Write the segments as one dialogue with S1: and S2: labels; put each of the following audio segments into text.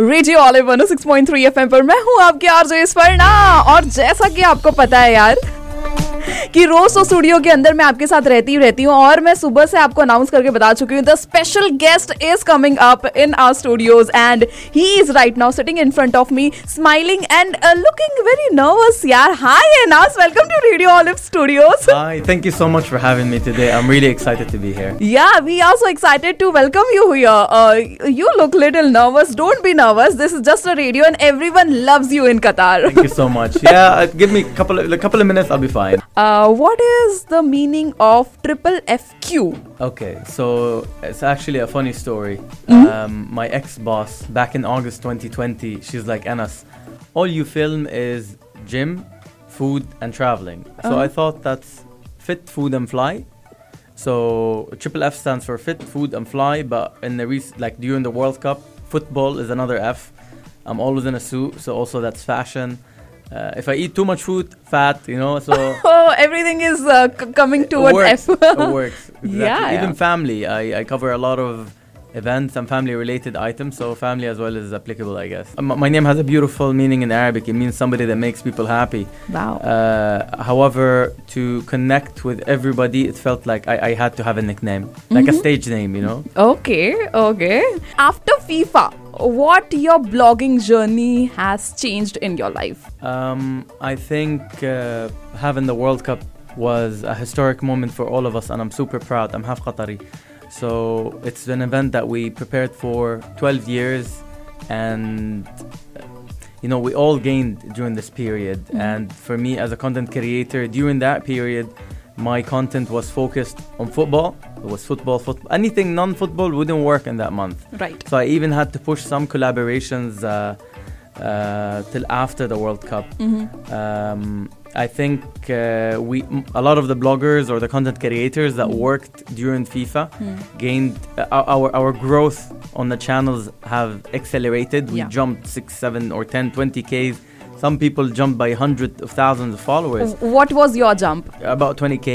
S1: Radio Olive 106.3 FM पर मैं हूँ आपके आरजे स्वर्णा और जैसा कि आपको पता है यार कि रोज तो स्टूडियो के अंदर मैं आपके साथ रहती ही रहती हूँ और मैं सुबह से आपको अनाउंस करके बता चुकी हूँ the special guest is coming up in our studios and he is right now sitting in front of me smiling and looking very nervous यार hi Enas welcome to radio Olive studios
S2: Hi, thank you so much for having me today. I'm really excited to be here.
S1: Yeah, we are so excited to welcome you here. Uh, you look little nervous. Don't be nervous. This is just a radio, and everyone loves you in Qatar.
S2: Thank you so much. Yeah, uh, give me a couple of a couple of minutes. I'll be fine.
S1: Uh, what is the meaning of triple FQ?
S2: Okay, so it's actually a funny story. Um, my ex-boss back in August 2020, she's like, Anas, all you film is gym, food, and traveling. So I thought that's fit, food, and fly. So triple F stands for fit, food, and fly. But in the rec- like during the World Cup, football is another F. I'm always in a suit, so also that's fashion. Uh, if I eat too much food, fat, you know. So
S1: Oh, everything is uh, c- coming towards
S2: works.
S1: F.
S2: it works. Exactly.
S1: Yeah,
S2: Even
S1: yeah.
S2: family. I, I cover a lot of events and family related items, so family as well is applicable, I guess. Um, my name has a beautiful meaning in Arabic. It means somebody that makes people happy.
S1: wow.
S2: Uh, however, to connect with everybody, it felt like I, I had to have a nickname, like a stage name, you know?
S1: okay, okay. After FIFA, what your blogging journey has changed in your life?
S2: Um, I think uh, having the World Cup was a historic moment for all of us, and I'm super proud. I'm half Qatari. So it's an event that we prepared for 12 years, and uh, you know, we all gained during this period. And for me, as a content creator, during that period, my content was focused on football. It was football, football. Anything non football wouldn't work in that month.
S1: Right.
S2: So I even had to push some collaborations uh, uh, till after the World Cup.
S1: Mm-hmm.
S2: Um, I think uh, we m- a lot of the bloggers or the content creators
S1: Mm.
S2: that worked during FIFA gained uh, our our growth on the channels have accelerated. We
S1: Yeah.
S2: jumped six, seven, or 10, 20 k's. Some people jumped by hundreds of thousands of followers,
S1: What was your jump?
S2: about 20k.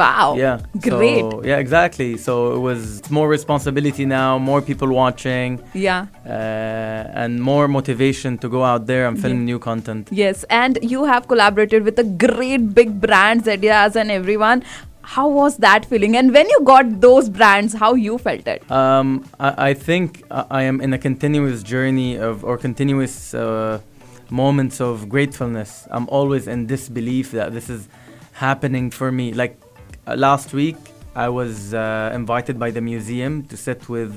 S1: Wow.
S2: Yeah.
S1: Oh, Great.
S2: So, yeah, exactly. So it was it's more responsibility now, more people watching
S1: yeah.
S2: uh, and more motivation to go out there and film new content.
S1: Yes, and you have collaborated with the great big brands, Adidas and everyone. How was that feeling? And when you got those brands, how you felt it?
S2: Um, I, I think I I am in a continuous journey of or continuous uh, moments of gratefulness. I'm always in disbelief that this is happening for me. Like uh, last week, I was uh, invited by the museum to sit with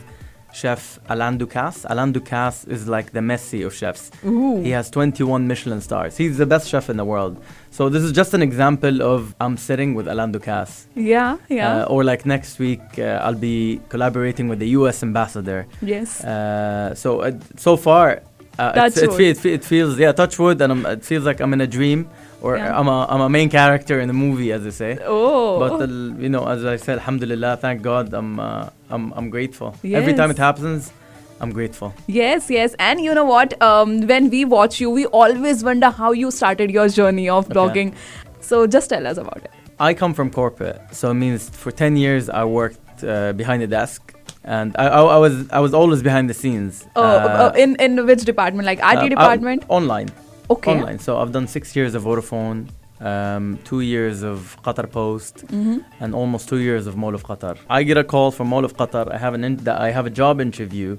S2: chef Alain Ducasse. Alain Ducasse is like the Messi of chefs.
S1: Ooh.
S2: He has 21 Michelin stars. He's the best chef in the world. So this is just an example of I'm sitting with Alain Ducasse.
S1: Yeah, yeah.
S2: Uh, or like next week, uh, I'll be collaborating with the U.S. ambassador.
S1: yes.
S2: Uh, so uh, so far, uh, it's, it,
S1: Touch
S2: fe- it, fe- it feels yeah touch wood, and i it feels like I'm in a dream or
S1: Yeah.
S2: I'm a I'm a main character in a movie, as they say.
S1: oh.
S2: But uh, you know, as I said, Alhamdulillah, thank God, I'm uh, I'm I'm grateful. Every
S1: Yes.
S2: time it happens, I'm grateful.
S1: yes, yes. And you know what? Um, when we watch you, we always wonder how you started your journey of blogging. So just tell us about it.
S2: I come from corporate, so it means for ten years I worked uh, behind the desk, and I, I, I was I was always behind the scenes.
S1: Oh,
S2: Uh,
S1: uh, in in which department? Like IT
S2: Uh, I-
S1: department?
S2: online.
S1: Okay.
S2: Online. So I've done six years of Vodafone, um, two years of Qatar Post, and almost two years of Mall of Qatar. I get a call from Mall of Qatar. I have an in- that I have a job interview.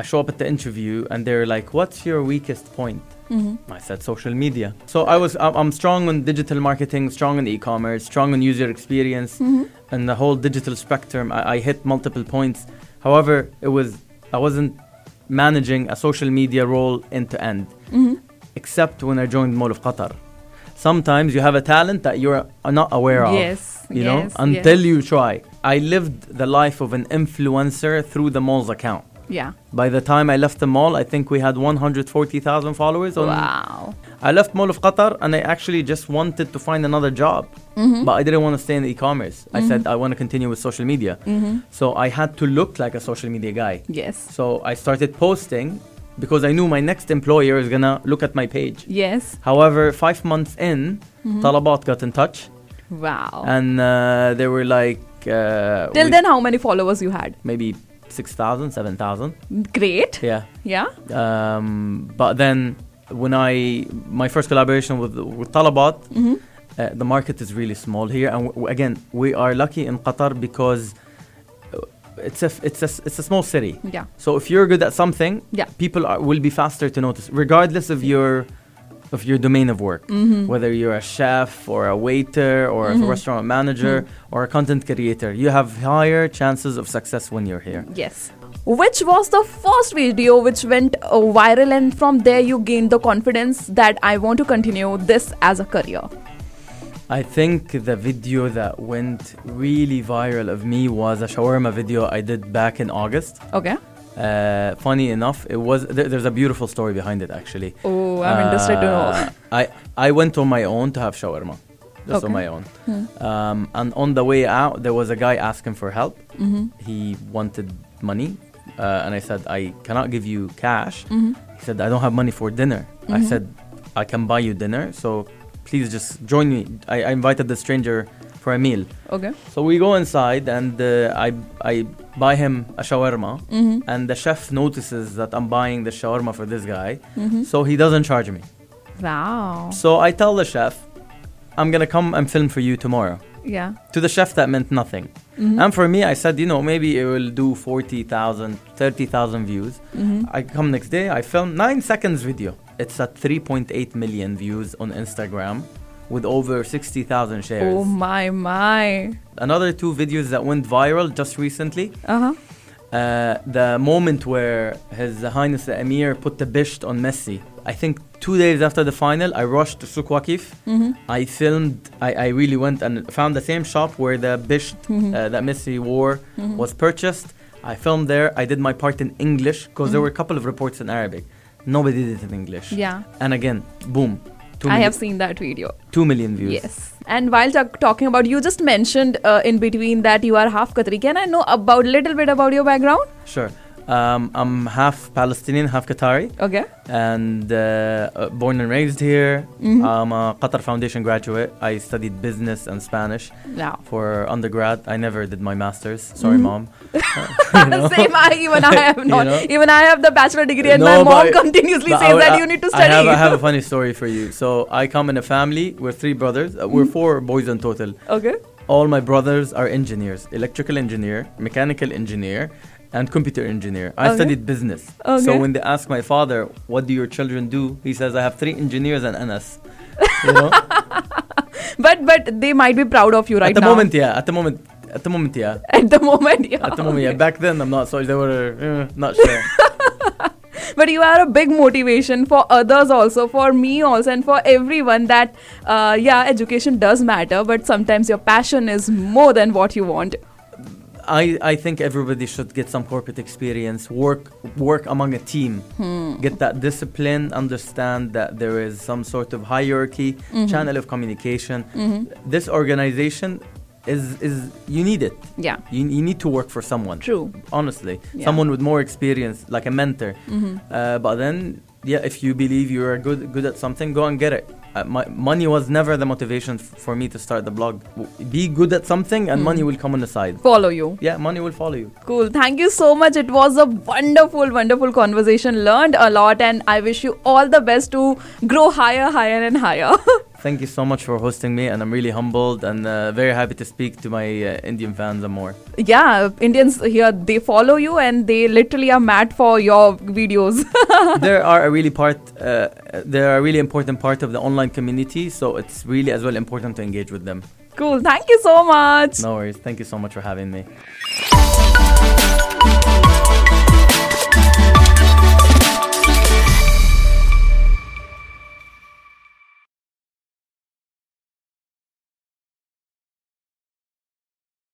S2: I show up at the interview and they're like, "What's your weakest point?" I said social media. So I was I'm I'm strong on digital marketing, strong on e-commerce, strong on user experience,
S1: Mm-hmm.
S2: and the whole digital spectrum. I, I hit multiple points. However, it was I wasn't managing a social media role end to end,
S1: Mm-hmm.
S2: except when I joined Mall of Qatar. Sometimes you have a talent that you're not aware of.
S1: Yes,
S2: You know,
S1: yes,
S2: until you try. I lived the life of an influencer through the mall's account.
S1: Yeah.
S2: By the time I left the mall, I think we had 140,000 followers. On,
S1: Wow.
S2: I left Mall of Qatar and I actually just wanted to find another job. But I didn't want to stay in e-commerce. I said I want to continue with social media. So I had to look like a social media guy.
S1: Yes.
S2: So I started posting because I knew my next employer is going to look at my page.
S1: Yes.
S2: However, 5 months in, Talabat got in touch
S1: Wow.
S2: and uh, they were like uh,
S1: Till
S2: we-
S1: then, how many followers you had?
S2: maybe 6,000, 7,000.
S1: Great.
S2: Yeah.
S1: Yeah.
S2: Um, but then when I my first collaboration with with Talabat, uh, the market is really small here, and w- w- again we are lucky in Qatar because uh, it's a f- it's a s- it's a small city.
S1: Yeah.
S2: So if you're good at something,
S1: Mm-hmm. Yeah.
S2: people are, will be faster to notice, regardless of your of your domain of work, whether you're a chef or a waiter or a restaurant manager or a content creator. You have higher chances of success when you're here.
S1: Yes. Which was the first video which went uh, viral, and from there you gained the confidence that I want to continue this as a career.
S2: I think the video that went really viral of me was a shawarma video I did back in August.
S1: Okay.
S2: Uh, funny enough, it was there, there's a beautiful story behind it actually.
S1: Oh, I'm interested to know.
S2: Uh, I I went on my own to have shawarma, just
S1: Okay.
S2: on my own.
S1: hmm.
S2: Um, and on the way out, there was a guy asking for help.
S1: Mm-hmm.
S2: He wanted money, uh, and I said I cannot give you cash.
S1: Mm-hmm.
S2: He said I don't have money for dinner. I said I can buy you dinner, so please just join me. I, I invited the stranger for a meal.
S1: Okay.
S2: So we go inside and uh, I I buy him a shawarma
S1: Mm-hmm.
S2: and the chef notices that I'm buying the shawarma for this guy
S1: Mm-hmm.
S2: so he doesn't charge me.
S1: Wow.
S2: So I tell the chef I'm going to come and film for you tomorrow.
S1: Yeah.
S2: To the chef that meant nothing. And for me I said you know maybe it will do 40,000 30,000 views.
S1: Mm-hmm.
S2: I come next day I film 9 seconds video. It's at 3.8 million views on Instagram with over 60,000 shares
S1: Oh my my.
S2: another two videos that went viral just recently.
S1: Uh huh.
S2: Uh, the moment where His Highness the Emir put the bisht on Messi. I think two days after the final, I rushed to Souq Waqif.
S1: Mm-hmm.
S2: I filmed, I, I really went and found the same shop where the bisht
S1: Mm-hmm.
S2: uh, that Messi wore was purchased. I filmed there. I did my part in English because
S1: Mm.
S2: there were a couple of reports in Arabic. Nobody did it in English.
S1: Yeah.
S2: And again, boom.
S1: I
S2: Two million-
S1: have seen that video.
S2: two million views.
S1: Yes. And while talk- talking about, you just mentioned uh, in between that you are half Qatari. Can I know about little bit about your background?
S2: Sure. Um, I'm half Palestinian, half Qatari.
S1: Okay.
S2: and uh, uh, born and raised here.
S1: Mm-hmm.
S2: I'm a Qatar Foundation graduate. I studied business and Spanish
S1: Now.
S2: for undergrad. I never did my master's. Sorry,
S1: Mm-hmm.
S2: mom.
S1: Same. I, even I have not.
S2: know?
S1: Even I have the bachelor degree, and
S2: No,
S1: my mom
S2: but-
S1: continuously
S2: but
S1: says
S2: I-
S1: that
S2: I-
S1: you need to
S2: I
S1: study.
S2: have, I have a funny story for you. So I come in a family. We're three brothers. Uh,
S1: Mm-hmm.
S2: we're four boys in total.
S1: okay.
S2: All my brothers are engineers: electrical engineer, mechanical engineer, and computer engineer. I
S1: Okay.
S2: studied business.
S1: Okay.
S2: So when they ask my father, "What do your children do?" He says, "I have three engineers and NS." You know.
S1: But but they might be proud of you right
S2: at the
S1: now.
S2: moment, yeah. At the moment, at the moment, yeah.
S1: At the moment, yeah.
S2: At the moment, yeah. Back then, I'm not sorry. They were uh, not sure.
S1: But you are a big motivation for others also, for me also, and for everyone that, uh, yeah, education does matter, but sometimes your passion is more than what you want.
S2: I, I think everybody should get some corporate experience, work work among a team,
S1: Hmm.
S2: get that discipline, understand that there is some sort of hierarchy,
S1: Mm-hmm.
S2: channel of communication. This organization is is you need it.
S1: Yeah.
S2: You, you need to work for someone.
S1: True.
S2: Honestly,
S1: Yeah. Mm-hmm.
S2: someone with more experience, like a mentor. Uh, but then, yeah, if you believe you are good good at something, go and get it. Uh, my, money was never the motivation f- for me to start the blog. W- Be good at something,
S1: Hmm.
S2: and money will come on the side.
S1: Follow you.
S2: Yeah, money will follow you.
S1: Cool. Thank you so much. It was a wonderful, wonderful conversation. Learned a lot, and I wish you all the best to grow higher, higher, and higher.
S2: Thank you so much for hosting me, and I'm really humbled and uh, very happy to speak to my uh, Indian fans and more.
S1: yeah, Indians here, they follow you and they literally are mad for your videos.
S2: there are a really part, uh, there are a really important part of the online community, so it's really as well important to engage with them.
S1: cool. Thank you so much.
S2: No worries. Thank you so much for having me.